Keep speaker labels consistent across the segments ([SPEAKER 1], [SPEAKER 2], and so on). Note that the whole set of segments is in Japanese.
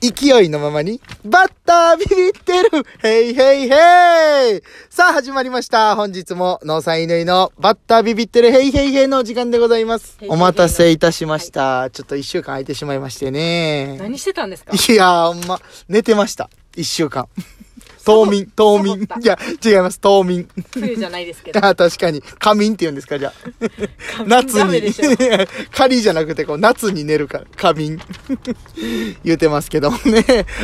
[SPEAKER 1] 勢いのままに、バッタービビってるヘイヘイヘイさあ始まりました。本日も農産犬のバッタービビってるヘイヘイヘイのお時間でございます
[SPEAKER 2] ヘ。イヘイヘ
[SPEAKER 1] お
[SPEAKER 2] イ
[SPEAKER 1] 待たせいたしました。ちょっと一週間空いてしまいましてね。
[SPEAKER 2] 何してたんですか
[SPEAKER 1] いやー、ほんま、寝てました。一週間。冬眠、冬眠
[SPEAKER 2] サボっ。
[SPEAKER 1] いや、違います。冬眠。
[SPEAKER 2] 冬じゃないですけど。
[SPEAKER 1] ああ、確かに。仮眠って言うんですか、じゃあ。夏
[SPEAKER 2] ダメ
[SPEAKER 1] に
[SPEAKER 2] でしょ。
[SPEAKER 1] 仮じゃなくて、こう、夏に寝るから、仮眠。 言うてますけどもね。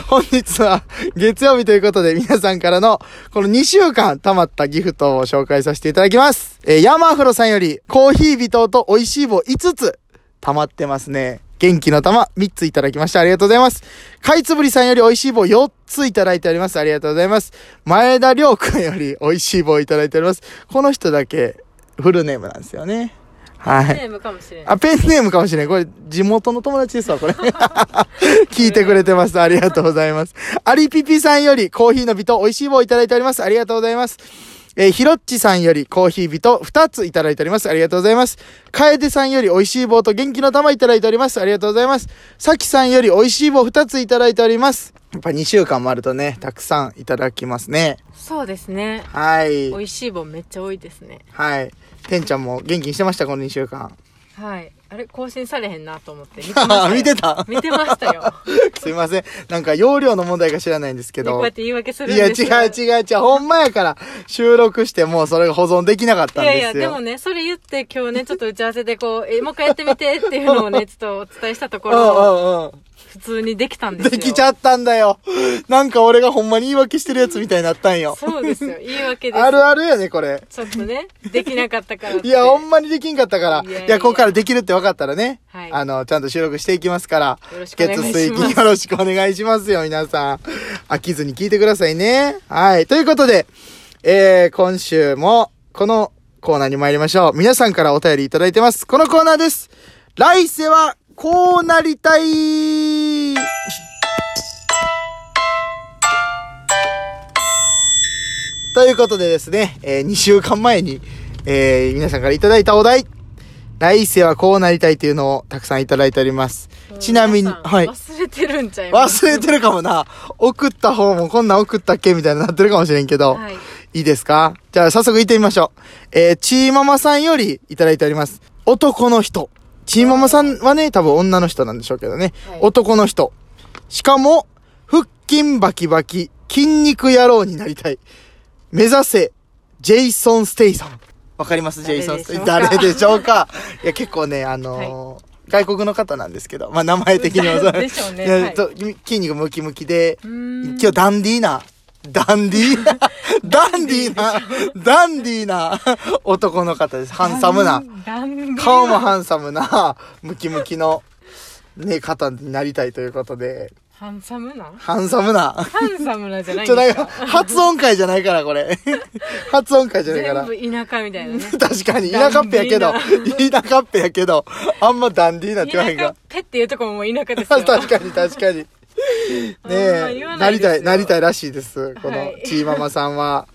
[SPEAKER 1] 本日は月曜日ということで、皆さんからの、この2週間溜まったギフトを紹介させていただきます。えー、ヤマアフロさんより、コーヒー微糖と美味しい棒5つ、溜まってますね。元気の玉3ついただきました。ありがとうございます。かいつぶりさんより美味しい棒4ついただいております。ありがとうございます。前田亮君より美味しい棒いただいております。この人だけフルネームなんですよね。はい。
[SPEAKER 2] ネームかもしれない。
[SPEAKER 1] あ、ペンネームかもしれない。これ、地元の友達ですわ、これ。 聞いてくれてます。ありがとうございます。アリピピさんよりコーヒーの美と美味しい棒をいただいております。ありがとうございます。えーひろっちさんよりコーヒー美と2ついただいております。ありがとうございます。かえでさんより美味しい棒と元気の玉いただいております。ありがとうございます。さきさんより美味しい棒2ついただいております。やっぱ2週間もあるとね、たくさんいただきますね。
[SPEAKER 2] そうですね。
[SPEAKER 1] はい
[SPEAKER 2] 美。味しい棒めっちゃ多いですね。
[SPEAKER 1] はい。てんちゃんも元気にしてました、この2週間。
[SPEAKER 2] はい。あれ更新されへんなと思って見てました
[SPEAKER 1] あ
[SPEAKER 2] よ。
[SPEAKER 1] 見てた
[SPEAKER 2] 見てましたよ。
[SPEAKER 1] すいません。なんか容量の問題が知らないんですけ
[SPEAKER 2] でこ
[SPEAKER 1] ど。
[SPEAKER 2] うやって言い訳する
[SPEAKER 1] い
[SPEAKER 2] ん
[SPEAKER 1] や、
[SPEAKER 2] です
[SPEAKER 1] 違う
[SPEAKER 2] う。
[SPEAKER 1] 違う違う。ほんまやから、収録してもうそれが保存できなかったん
[SPEAKER 2] いやい
[SPEAKER 1] で
[SPEAKER 2] や、
[SPEAKER 1] す
[SPEAKER 2] で
[SPEAKER 1] よ
[SPEAKER 2] も。ね、それ言って今日ね、ちょっと打ち合わせでこう、 え、もう一回やってみてっていうのをね、ちょっとお伝えしたとこ
[SPEAKER 1] うん
[SPEAKER 2] ろ、
[SPEAKER 1] うんうん。
[SPEAKER 2] 普通にできたんですよ。
[SPEAKER 1] できちゃったんだよ。なんか俺がほんまに言い訳してるやつみたいになったんよ。
[SPEAKER 2] そうですよ。言い訳です。
[SPEAKER 1] あるあるやね、これ。
[SPEAKER 2] ちょっとね、できなかったからって。
[SPEAKER 1] いや、ほんまにできんかったから。
[SPEAKER 2] いやいや
[SPEAKER 1] いや、ここからできるって分かったらね。
[SPEAKER 2] はい
[SPEAKER 1] あの、ちゃんと収録していきますから
[SPEAKER 2] よろし。くお願い
[SPEAKER 1] 月
[SPEAKER 2] します
[SPEAKER 1] 水金よろしくお願いしますよ、皆さん。飽きずに聞いてくださいね。はい。ということで、えー、今週も、このコーナーに参りましょう。皆さんからお便りいただいてます。このコーナーです。来世は、こうなりたいということでですね、え2週間前に、えー皆さんからいただいたお題、来世はこうなりたいというのをたくさんいただいております。ちなみに、
[SPEAKER 2] 皆さん
[SPEAKER 1] はい。
[SPEAKER 2] 忘れてるんちゃいます
[SPEAKER 1] 忘れてるかもな。送った方もこんなん送ったっけみたいになってるかもしれんけど。
[SPEAKER 2] はい。
[SPEAKER 1] いいですかじゃあ早速行ってみましょう。えー、ちーママさんよりいただいております。男の人。ちーママさんはね、多分女の人なんでしょうけどね。
[SPEAKER 2] はい
[SPEAKER 1] 男の人。しかも、腹筋バキバキ、筋肉野郎になりたい。目指せ、ジェイソン・ステイさん。わかりますジェイソン・ステイ。誰
[SPEAKER 2] 誰
[SPEAKER 1] でしょう かいや、結構ね、あのー外国の方なんですけど、まあ、名前的にはそう
[SPEAKER 2] でしょうね
[SPEAKER 1] いや
[SPEAKER 2] はい
[SPEAKER 1] と筋肉ムキムキで、
[SPEAKER 2] うーん
[SPEAKER 1] 今日ダンディーな、ダンディ ーダンディーな、ダンディーな男の方です。ハンサムな。
[SPEAKER 2] ダン。ダン
[SPEAKER 1] 顔もハンサムな、ムキムキの、ね、方になりたいということで、
[SPEAKER 2] ハンサムな
[SPEAKER 1] ハンサムな。
[SPEAKER 2] ハンサムなじゃないん
[SPEAKER 1] ちょ、なん
[SPEAKER 2] です
[SPEAKER 1] か、
[SPEAKER 2] か
[SPEAKER 1] 発音会じゃないから、これ。発音会じゃないから。
[SPEAKER 2] 全部田舎みたいなね
[SPEAKER 1] 確かに、田舎っぺやけど
[SPEAKER 2] ダン、
[SPEAKER 1] 田舎っぺやけど、あんまダンディーなって言わへん
[SPEAKER 2] 田
[SPEAKER 1] が
[SPEAKER 2] 舎。ペっていうとこももう田舎です よ
[SPEAKER 1] 確かに確かに。ね
[SPEAKER 2] あんま
[SPEAKER 1] え
[SPEAKER 2] 言わ
[SPEAKER 1] な
[SPEAKER 2] ない
[SPEAKER 1] り
[SPEAKER 2] ですよ
[SPEAKER 1] たい、なりたいらしいです。こ
[SPEAKER 2] は
[SPEAKER 1] の
[SPEAKER 2] い
[SPEAKER 1] ちーママさんは。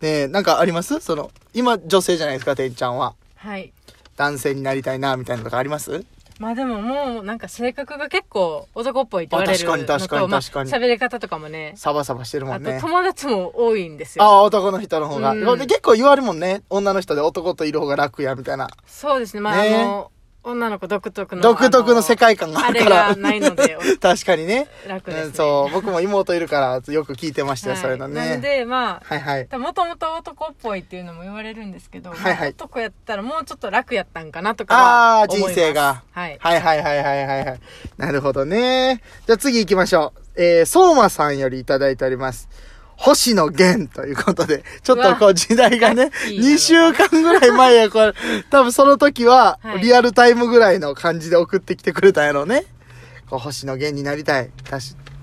[SPEAKER 1] ねえ、なんかありますその、今女性じゃないですか、てんちゃんは。
[SPEAKER 2] はい
[SPEAKER 1] 男性になりたいな、みたいなのとかあります
[SPEAKER 2] まあでももうなんか性格が結構男っぽいって言われる
[SPEAKER 1] あ
[SPEAKER 2] の
[SPEAKER 1] 確かに確かに
[SPEAKER 2] とまあ
[SPEAKER 1] 確かに
[SPEAKER 2] 喋り方とかもね
[SPEAKER 1] サバサバしてるも
[SPEAKER 2] あ
[SPEAKER 1] ん
[SPEAKER 2] と
[SPEAKER 1] ね。
[SPEAKER 2] 友達も多いんです
[SPEAKER 1] あ
[SPEAKER 2] よ
[SPEAKER 1] あ、男の人の方が。
[SPEAKER 2] うん
[SPEAKER 1] で結構言われるもんね。女の人で男といる方が楽や、みたいな。
[SPEAKER 2] そうですねまああ
[SPEAKER 1] ね
[SPEAKER 2] の女の子独特の
[SPEAKER 1] 独特の世界
[SPEAKER 2] あ
[SPEAKER 1] 観があ
[SPEAKER 2] のあ
[SPEAKER 1] る
[SPEAKER 2] れ
[SPEAKER 1] から
[SPEAKER 2] が。ないので
[SPEAKER 1] 確かにね。
[SPEAKER 2] 楽です
[SPEAKER 1] うん
[SPEAKER 2] ね
[SPEAKER 1] そう、僕も妹いるから、よく聞いてましたよ、
[SPEAKER 2] はい
[SPEAKER 1] そういうの
[SPEAKER 2] なの
[SPEAKER 1] ね。
[SPEAKER 2] でまあ
[SPEAKER 1] はいはい。
[SPEAKER 2] もともと男っぽいっていうのも言われるんですけど、
[SPEAKER 1] はいはい
[SPEAKER 2] まあ男やったらもうちょっと楽やったんかなとか
[SPEAKER 1] あ
[SPEAKER 2] は
[SPEAKER 1] あ、
[SPEAKER 2] 思いま
[SPEAKER 1] 人
[SPEAKER 2] す
[SPEAKER 1] 生が。
[SPEAKER 2] はい
[SPEAKER 1] はいはいはいはいはいはい。なるほどね。じゃあ次行きましょう。えー、相馬さんよりいただいております。星野源ということで、ちょっとこう時代がね、
[SPEAKER 2] いいな
[SPEAKER 1] 2週間ぐらい前や、これ、多分その時は
[SPEAKER 2] は、い
[SPEAKER 1] リアルタイムぐらいの感じで送ってきてくれたんやろうね。こう星野源になりたい。確か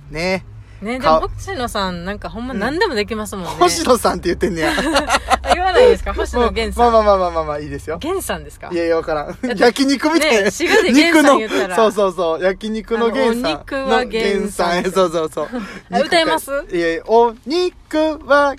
[SPEAKER 1] ね。
[SPEAKER 2] ねで
[SPEAKER 1] か
[SPEAKER 2] も星野さんなんかほんま何でもできますもんね、
[SPEAKER 1] 星野さんって言ってんね や。
[SPEAKER 2] あ言わないですか星野源さん、
[SPEAKER 1] まあまあまあまあまあまあ、いいですよ。
[SPEAKER 2] 源さんですか
[SPEAKER 1] いやいや、わからん。焼肉みたいな。
[SPEAKER 2] ね滋賀で源さん言ったら
[SPEAKER 1] 肉のそうそうそう。焼肉の源さん。
[SPEAKER 2] あのお肉は源さん
[SPEAKER 1] の源そうそう そう。
[SPEAKER 2] あ歌えます
[SPEAKER 1] いやいや、お肉は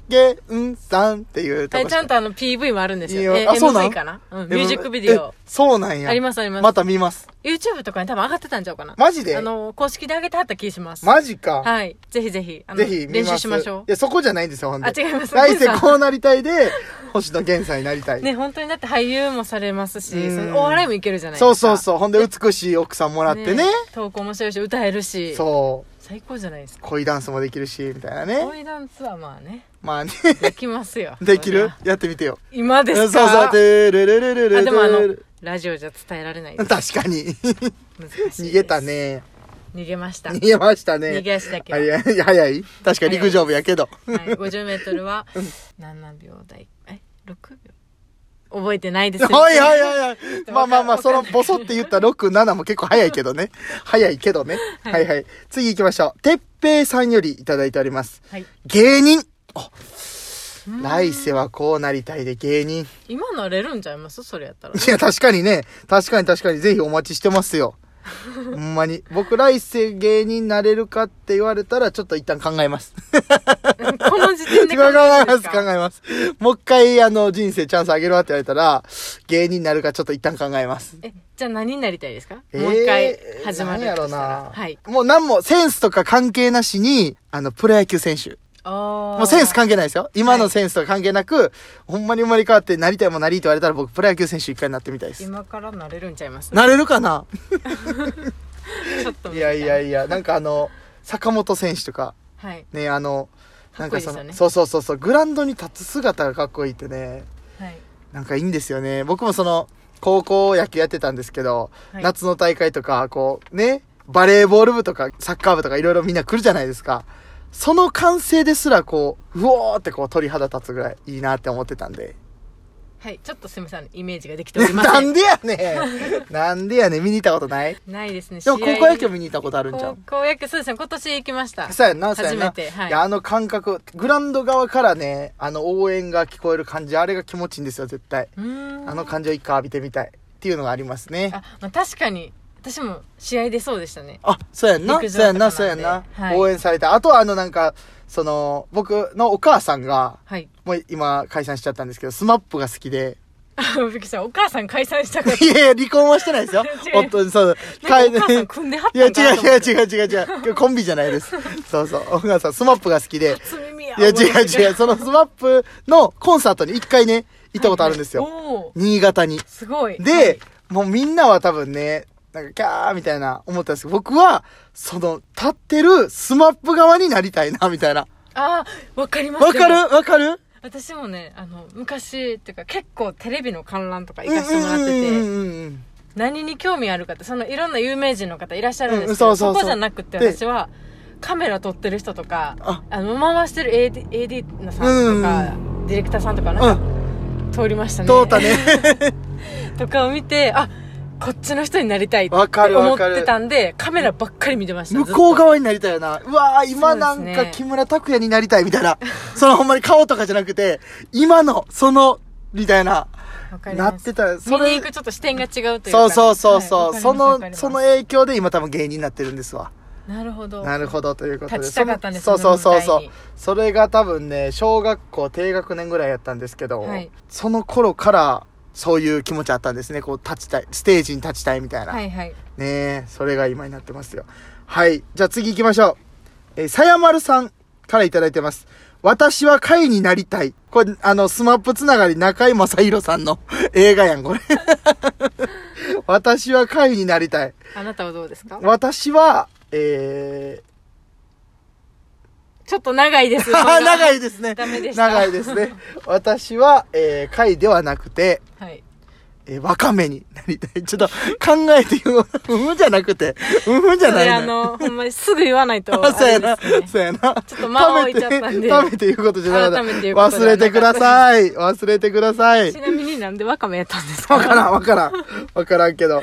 [SPEAKER 1] 源さんっていうと
[SPEAKER 2] は
[SPEAKER 1] こ
[SPEAKER 2] いちゃん
[SPEAKER 1] と。
[SPEAKER 2] とあの PV もあるんです
[SPEAKER 1] いい
[SPEAKER 2] よ
[SPEAKER 1] よ
[SPEAKER 2] え
[SPEAKER 1] あそうなん
[SPEAKER 2] MV かな、うん、ミュージックビデ
[SPEAKER 1] え
[SPEAKER 2] オ
[SPEAKER 1] そうなんや。
[SPEAKER 2] ありますあります
[SPEAKER 1] また見ます。
[SPEAKER 2] YouTube とかに多分上がってたんちゃうかな。
[SPEAKER 1] マジで
[SPEAKER 2] あの、公式で上げてはった気します。
[SPEAKER 1] マジか。
[SPEAKER 2] はい。ぜひぜひ、あの
[SPEAKER 1] ぜひ見
[SPEAKER 2] 練
[SPEAKER 1] ます
[SPEAKER 2] 習しましょ
[SPEAKER 1] いや、そこじゃないんですよ、ほん
[SPEAKER 2] う。
[SPEAKER 1] で
[SPEAKER 2] あ、。違います。
[SPEAKER 1] 来世こうなりたいで、星野源さんになりたい。
[SPEAKER 2] ね、本当にだって俳優もされますし、
[SPEAKER 1] うん
[SPEAKER 2] そのお笑いもいけるじゃないです
[SPEAKER 1] そ
[SPEAKER 2] か。
[SPEAKER 1] うそうそう。ほんで、美しい奥さんもらってね。
[SPEAKER 2] 投稿面白いし、歌えるし。
[SPEAKER 1] そ
[SPEAKER 2] 最高じゃないです
[SPEAKER 1] う。
[SPEAKER 2] か。
[SPEAKER 1] 恋ダンスもできるし、みたいなね。
[SPEAKER 2] 恋ダンスはまあね、
[SPEAKER 1] まあね。。
[SPEAKER 2] できますよ
[SPEAKER 1] でき
[SPEAKER 2] そ
[SPEAKER 1] る
[SPEAKER 2] りゃ
[SPEAKER 1] やってみてよ。
[SPEAKER 2] 今ですか
[SPEAKER 1] そうそう。でるるるるる
[SPEAKER 2] あ、でもあの
[SPEAKER 1] る、
[SPEAKER 2] ラジオじゃ伝えられないで
[SPEAKER 1] る
[SPEAKER 2] す。
[SPEAKER 1] 確か に。
[SPEAKER 2] 難しいです
[SPEAKER 1] 逃げた。ね。
[SPEAKER 2] 逃げました。
[SPEAKER 1] 逃
[SPEAKER 2] 逃
[SPEAKER 1] げましたね。
[SPEAKER 2] げ足だけ
[SPEAKER 1] あ
[SPEAKER 2] は。
[SPEAKER 1] い
[SPEAKER 2] はい、
[SPEAKER 1] やいや早い確か陸上部やけど。
[SPEAKER 2] 50メートルは、何秒台え ?6 秒覚えてないです。
[SPEAKER 1] はいはい はいはい。
[SPEAKER 2] と
[SPEAKER 1] まあまあまあ、
[SPEAKER 2] わか
[SPEAKER 1] そ
[SPEAKER 2] んな
[SPEAKER 1] の
[SPEAKER 2] い
[SPEAKER 1] ボソって言った6、7も結構早いけど ね。早いけどね。
[SPEAKER 2] は
[SPEAKER 1] はいい、はい、次行きましょう。てっぺいさんよりいただいております。
[SPEAKER 2] はい。
[SPEAKER 1] 芸人あ
[SPEAKER 2] うん
[SPEAKER 1] 来世はこうなりたいで芸人。
[SPEAKER 2] 今なれるんちゃいますそれやった ら。
[SPEAKER 1] いや、確かにね。確かに確かに。ぜひお待ちしてます よ。ほんまに。僕、来世芸人になれるかって言われたら、ちょっと一旦考えます。
[SPEAKER 2] この時
[SPEAKER 1] 考
[SPEAKER 2] 点で
[SPEAKER 1] え
[SPEAKER 2] 考えるんで
[SPEAKER 1] ますす、
[SPEAKER 2] か
[SPEAKER 1] 考えます。もう一回、あの、人生チャンスあげるわって言われたら、芸人になるかちょっと一旦考えます。
[SPEAKER 2] え、じゃあ何になりたいですか、
[SPEAKER 1] えー
[SPEAKER 2] もう一回始まる
[SPEAKER 1] 何
[SPEAKER 2] と
[SPEAKER 1] やろ
[SPEAKER 2] したら
[SPEAKER 1] な。
[SPEAKER 2] はい。
[SPEAKER 1] もう何も、センスとか関係なしに、あの、プロ野球選手。
[SPEAKER 2] も
[SPEAKER 1] もうセンス関係ないですよ。今のセンスとか関係なく、ほんまに生まれ変わってなりたいもんなりって言われたら僕、プロ野球選手一回になってみたいです。
[SPEAKER 2] 今からなれるんちゃ います
[SPEAKER 1] なれるかな
[SPEAKER 2] ちょっと
[SPEAKER 1] い
[SPEAKER 2] 見た
[SPEAKER 1] やいやいや、なんかあの、坂本選手とか、
[SPEAKER 2] はい。
[SPEAKER 1] ね、あの、な
[SPEAKER 2] かっ
[SPEAKER 1] ん
[SPEAKER 2] こい
[SPEAKER 1] かそ
[SPEAKER 2] いです
[SPEAKER 1] の、
[SPEAKER 2] よね。
[SPEAKER 1] そうそうそうそう、グラウンドに立つ姿がかっこいいってね、
[SPEAKER 2] はい。
[SPEAKER 1] なんかいいんですよね。僕もその、高校野球やってたんですけど、
[SPEAKER 2] はい
[SPEAKER 1] 夏の大会とか、こう、ね、バレーボール部とか、サッカー部とかいろいろみんな来るじゃないですか。その歓声ですら、こう、うおーってこう鳥肌立つぐらいいいなって思ってたんで。
[SPEAKER 2] はい。ちょっとすみません。イメージができておりま
[SPEAKER 1] な
[SPEAKER 2] せん。
[SPEAKER 1] んでやねんなんでやねん見に行ったことない
[SPEAKER 2] ないですね。
[SPEAKER 1] でも
[SPEAKER 2] 試合
[SPEAKER 1] 高校野球見に行ったことあるんじゃん。
[SPEAKER 2] 高校野球、そうですね。今年行きました。
[SPEAKER 1] そうやんな、そうやんな。
[SPEAKER 2] 初めてはい
[SPEAKER 1] いや、あの感覚、グラウンド側からね、あの応援が聞こえる感じ、あれが気持ちいいんですよ、絶対。
[SPEAKER 2] うーん。
[SPEAKER 1] あの感じを一回浴びてみたい。っていうのがありますね。
[SPEAKER 2] あ、まあ、確かに、私も試合でそうでしたね。
[SPEAKER 1] あ、そうやんな。
[SPEAKER 2] 陸上
[SPEAKER 1] そうやんな、そ
[SPEAKER 2] とか
[SPEAKER 1] う
[SPEAKER 2] な
[SPEAKER 1] やん
[SPEAKER 2] んで
[SPEAKER 1] な。
[SPEAKER 2] はい
[SPEAKER 1] 応援された。あとはあのなんか、その、僕のお母さんが、
[SPEAKER 2] はい。
[SPEAKER 1] もう今解散しちゃったんですけど、スマップが好きで。
[SPEAKER 2] あ、びっくりした。お母さん解散し たから。
[SPEAKER 1] いやいや、離婚はしてないですよ
[SPEAKER 2] 違。う
[SPEAKER 1] 夫に、そう。
[SPEAKER 2] なんかお母さん
[SPEAKER 1] い
[SPEAKER 2] 組んではっ
[SPEAKER 1] や、
[SPEAKER 2] た
[SPEAKER 1] 違
[SPEAKER 2] んかな
[SPEAKER 1] う
[SPEAKER 2] と思
[SPEAKER 1] 違
[SPEAKER 2] っ
[SPEAKER 1] う
[SPEAKER 2] て。
[SPEAKER 1] 違う違う違う。コンビじゃない です。そうそう。お母さん、スマップが好きで。
[SPEAKER 2] 初耳や。
[SPEAKER 1] いや、違う違
[SPEAKER 2] う。
[SPEAKER 1] う。そのスマップのコンサートに一回ね、行ったことあるんですよ。
[SPEAKER 2] おー
[SPEAKER 1] 新潟に。
[SPEAKER 2] すごい。は
[SPEAKER 1] で
[SPEAKER 2] い、、
[SPEAKER 1] もうみんなは多分ね、なんかキャーみたいな思ったんですけど、僕は、その、立ってるスマップ側になりたいな、みたいな。
[SPEAKER 2] あー、わかります。
[SPEAKER 1] わかるわかる
[SPEAKER 2] 私もねあの昔っていうか結構テレビの観覧とか
[SPEAKER 1] う
[SPEAKER 2] 行
[SPEAKER 1] んう
[SPEAKER 2] かせてもらってて、
[SPEAKER 1] んうんうん
[SPEAKER 2] 何に興味あるかってそのいろんな有名人の方いらっしゃるんですけ
[SPEAKER 1] う
[SPEAKER 2] ど、
[SPEAKER 1] んうんそうそうそう
[SPEAKER 2] こじゃなくて
[SPEAKER 1] で
[SPEAKER 2] 私はカメラ撮ってる人とか
[SPEAKER 1] あ
[SPEAKER 2] あの回してる AD, AD のさんとか、ディレクターさんとか
[SPEAKER 1] う
[SPEAKER 2] なんか
[SPEAKER 1] ん。
[SPEAKER 2] 通りましたね、
[SPEAKER 1] 通ったね。
[SPEAKER 2] とかを見てあこっちの人になりたいって思
[SPEAKER 1] わかるわかる
[SPEAKER 2] ってたんでカメラばっかり見てました
[SPEAKER 1] 向こう
[SPEAKER 2] が
[SPEAKER 1] 側になりたいよな。うわー、今な
[SPEAKER 2] そうんです
[SPEAKER 1] か
[SPEAKER 2] ね
[SPEAKER 1] 木村拓哉になりたいみたいな。そのほんまに顔とかじゃなくて、今の、その、みたいな、なってた。
[SPEAKER 2] 見
[SPEAKER 1] そ
[SPEAKER 2] に
[SPEAKER 1] れ
[SPEAKER 2] 行、くちょっと視点が違うというか
[SPEAKER 1] そうそうそう
[SPEAKER 2] はい
[SPEAKER 1] そ
[SPEAKER 2] わ
[SPEAKER 1] う。
[SPEAKER 2] かります
[SPEAKER 1] そ
[SPEAKER 2] わかり
[SPEAKER 1] の、
[SPEAKER 2] ます
[SPEAKER 1] その影響で今多分芸人になってるんですわ。
[SPEAKER 2] なるほど
[SPEAKER 1] なるほどということで。
[SPEAKER 2] 立ちたかったんです
[SPEAKER 1] そのそうそうそうそ
[SPEAKER 2] その舞台
[SPEAKER 1] う
[SPEAKER 2] に。
[SPEAKER 1] それが多分ね、小学校低学年ぐらいやったんですけど、
[SPEAKER 2] はい
[SPEAKER 1] その頃からそういう気持ちあったんですね。こう立ちたい、ステージに立ちたいみたいな。
[SPEAKER 2] はいはい
[SPEAKER 1] ねえそれが今になってますよ。はい。じゃあ次行きましょう。えーさやまるさんからいただいてます。私は貝になりたい。これ、あの、スマップつながり中井正宏さんの 映画やん、これ。私は貝になりたい。
[SPEAKER 2] あなたはどうですか
[SPEAKER 1] 私は、えー、
[SPEAKER 2] ちょっと長いです。
[SPEAKER 1] あー 長
[SPEAKER 2] い。
[SPEAKER 1] いですね。
[SPEAKER 2] ダメでした
[SPEAKER 1] 長いですね。私は、えー、貝ではなくて、
[SPEAKER 2] はい。
[SPEAKER 1] えー、わかめになりたい。ちょっと考えて言う。うん ふんじゃなくて、うんふんじゃ
[SPEAKER 2] そ
[SPEAKER 1] ない
[SPEAKER 2] れ
[SPEAKER 1] ね。
[SPEAKER 2] あの、ほんまにすぐ言わないと
[SPEAKER 1] そうや
[SPEAKER 2] あ
[SPEAKER 1] な
[SPEAKER 2] れですね。
[SPEAKER 1] そうやな。
[SPEAKER 2] ちょっと間を置いちゃったん
[SPEAKER 1] 食べて、
[SPEAKER 2] で
[SPEAKER 1] 食べて言うことじゃなか
[SPEAKER 2] 改
[SPEAKER 1] っ
[SPEAKER 2] めて言うこと
[SPEAKER 1] た。
[SPEAKER 2] じ
[SPEAKER 1] 忘
[SPEAKER 2] ゃ
[SPEAKER 1] れ
[SPEAKER 2] なかった
[SPEAKER 1] てください。忘れてください
[SPEAKER 2] ち。なみになんでワカメやったんですか
[SPEAKER 1] わからん、わからん。わからんけど。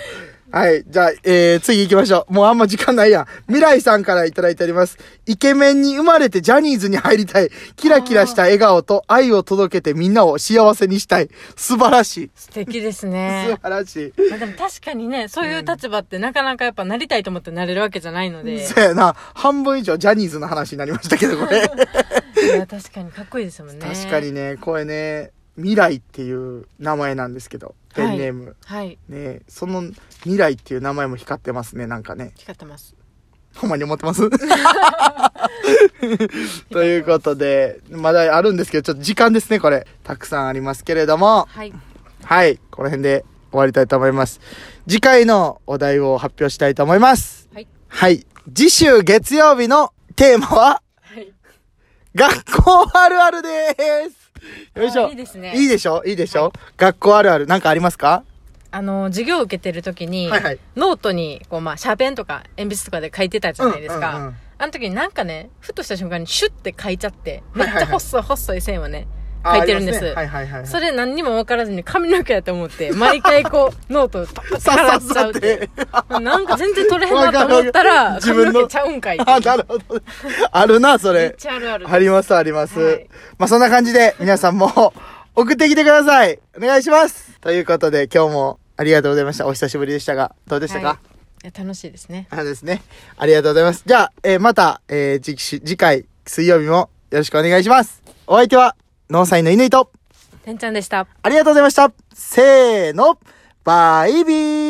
[SPEAKER 1] はい。じゃあ、えー、次行きましょう。もうあんま時間ないやん。未来さんからいただいております。イケメンに生まれてジャニーズに入りたい。キラキラした笑顔と愛を届けてみんなを幸せにしたい。素晴らしい。
[SPEAKER 2] 素敵です
[SPEAKER 1] 素
[SPEAKER 2] ね。
[SPEAKER 1] 晴らしい。
[SPEAKER 2] まあでも確かにね、そういう立場ってなかなかやっぱなりたいと思ってなれるわけじゃないので、
[SPEAKER 1] そうやな。半分以上ジャニーズの話になりましたけど、これ。
[SPEAKER 2] いや確かにかっこいいですもんね。
[SPEAKER 1] 確かにね、これね、未来っていう名前なんですけど。ペンネーム。
[SPEAKER 2] はい
[SPEAKER 1] ねその未来っていう名前も光ってますね、なんかね。
[SPEAKER 2] 光ってます
[SPEAKER 1] ほんまに思ってます ということで、まだあるんですけど、ちょっと時間ですね、これ。たくさんありますけれども、
[SPEAKER 2] はい
[SPEAKER 1] はい、この辺で終わりたいと思います。次回のお題を発表したいと思います。
[SPEAKER 2] はい
[SPEAKER 1] はい、次週月曜日のテーマは、
[SPEAKER 2] はい
[SPEAKER 1] 学校あるあるです。よいし
[SPEAKER 2] あ
[SPEAKER 1] ょ。
[SPEAKER 2] いいですね
[SPEAKER 1] いいでしょいいでしょ、学校あるある、なんかありますか
[SPEAKER 2] あの授業を受けてる時に、
[SPEAKER 1] はいはい
[SPEAKER 2] ノートにこうまあシャーペンとか鉛筆とかで書いてたじゃないですか、
[SPEAKER 1] うんうんうん
[SPEAKER 2] あの時になんかねふとした瞬間にシュッて書いちゃってめ
[SPEAKER 1] はい
[SPEAKER 2] っ
[SPEAKER 1] はいはい
[SPEAKER 2] ちゃ細い細い線をね書いてるんです
[SPEAKER 1] あありますねはいはいはいはい。
[SPEAKER 2] それ何にも分からずに髪の毛やと思って、毎回こう、ノートをパッパッ
[SPEAKER 1] さっ
[SPEAKER 2] ら
[SPEAKER 1] さ
[SPEAKER 2] っち
[SPEAKER 1] さ
[SPEAKER 2] ゃ
[SPEAKER 1] っ
[SPEAKER 2] う
[SPEAKER 1] て
[SPEAKER 2] って。なんか全然取れへんなと思ったら、
[SPEAKER 1] わかるわかる
[SPEAKER 2] 髪の毛ちゃうんかいって。
[SPEAKER 1] あ、なるほど。あるな、そ
[SPEAKER 2] めっ
[SPEAKER 1] れ。
[SPEAKER 2] ちゃあるある。
[SPEAKER 1] あります、あります。
[SPEAKER 2] はい
[SPEAKER 1] まあ、そんな感じで、皆さんも、送ってきてください。お願いします。ということで、今日もありがとうございました。お久しぶりでしたが、どうでしたか、
[SPEAKER 2] はいいや楽しいですね。
[SPEAKER 1] あですね。ありがとうございます。じゃあ、えーまた、えー次週次回、水曜日もよろしくお願いします。お相手は、農祭の犬と、
[SPEAKER 2] てんちゃんでした。
[SPEAKER 1] ありがとうございました。せーの、バイビー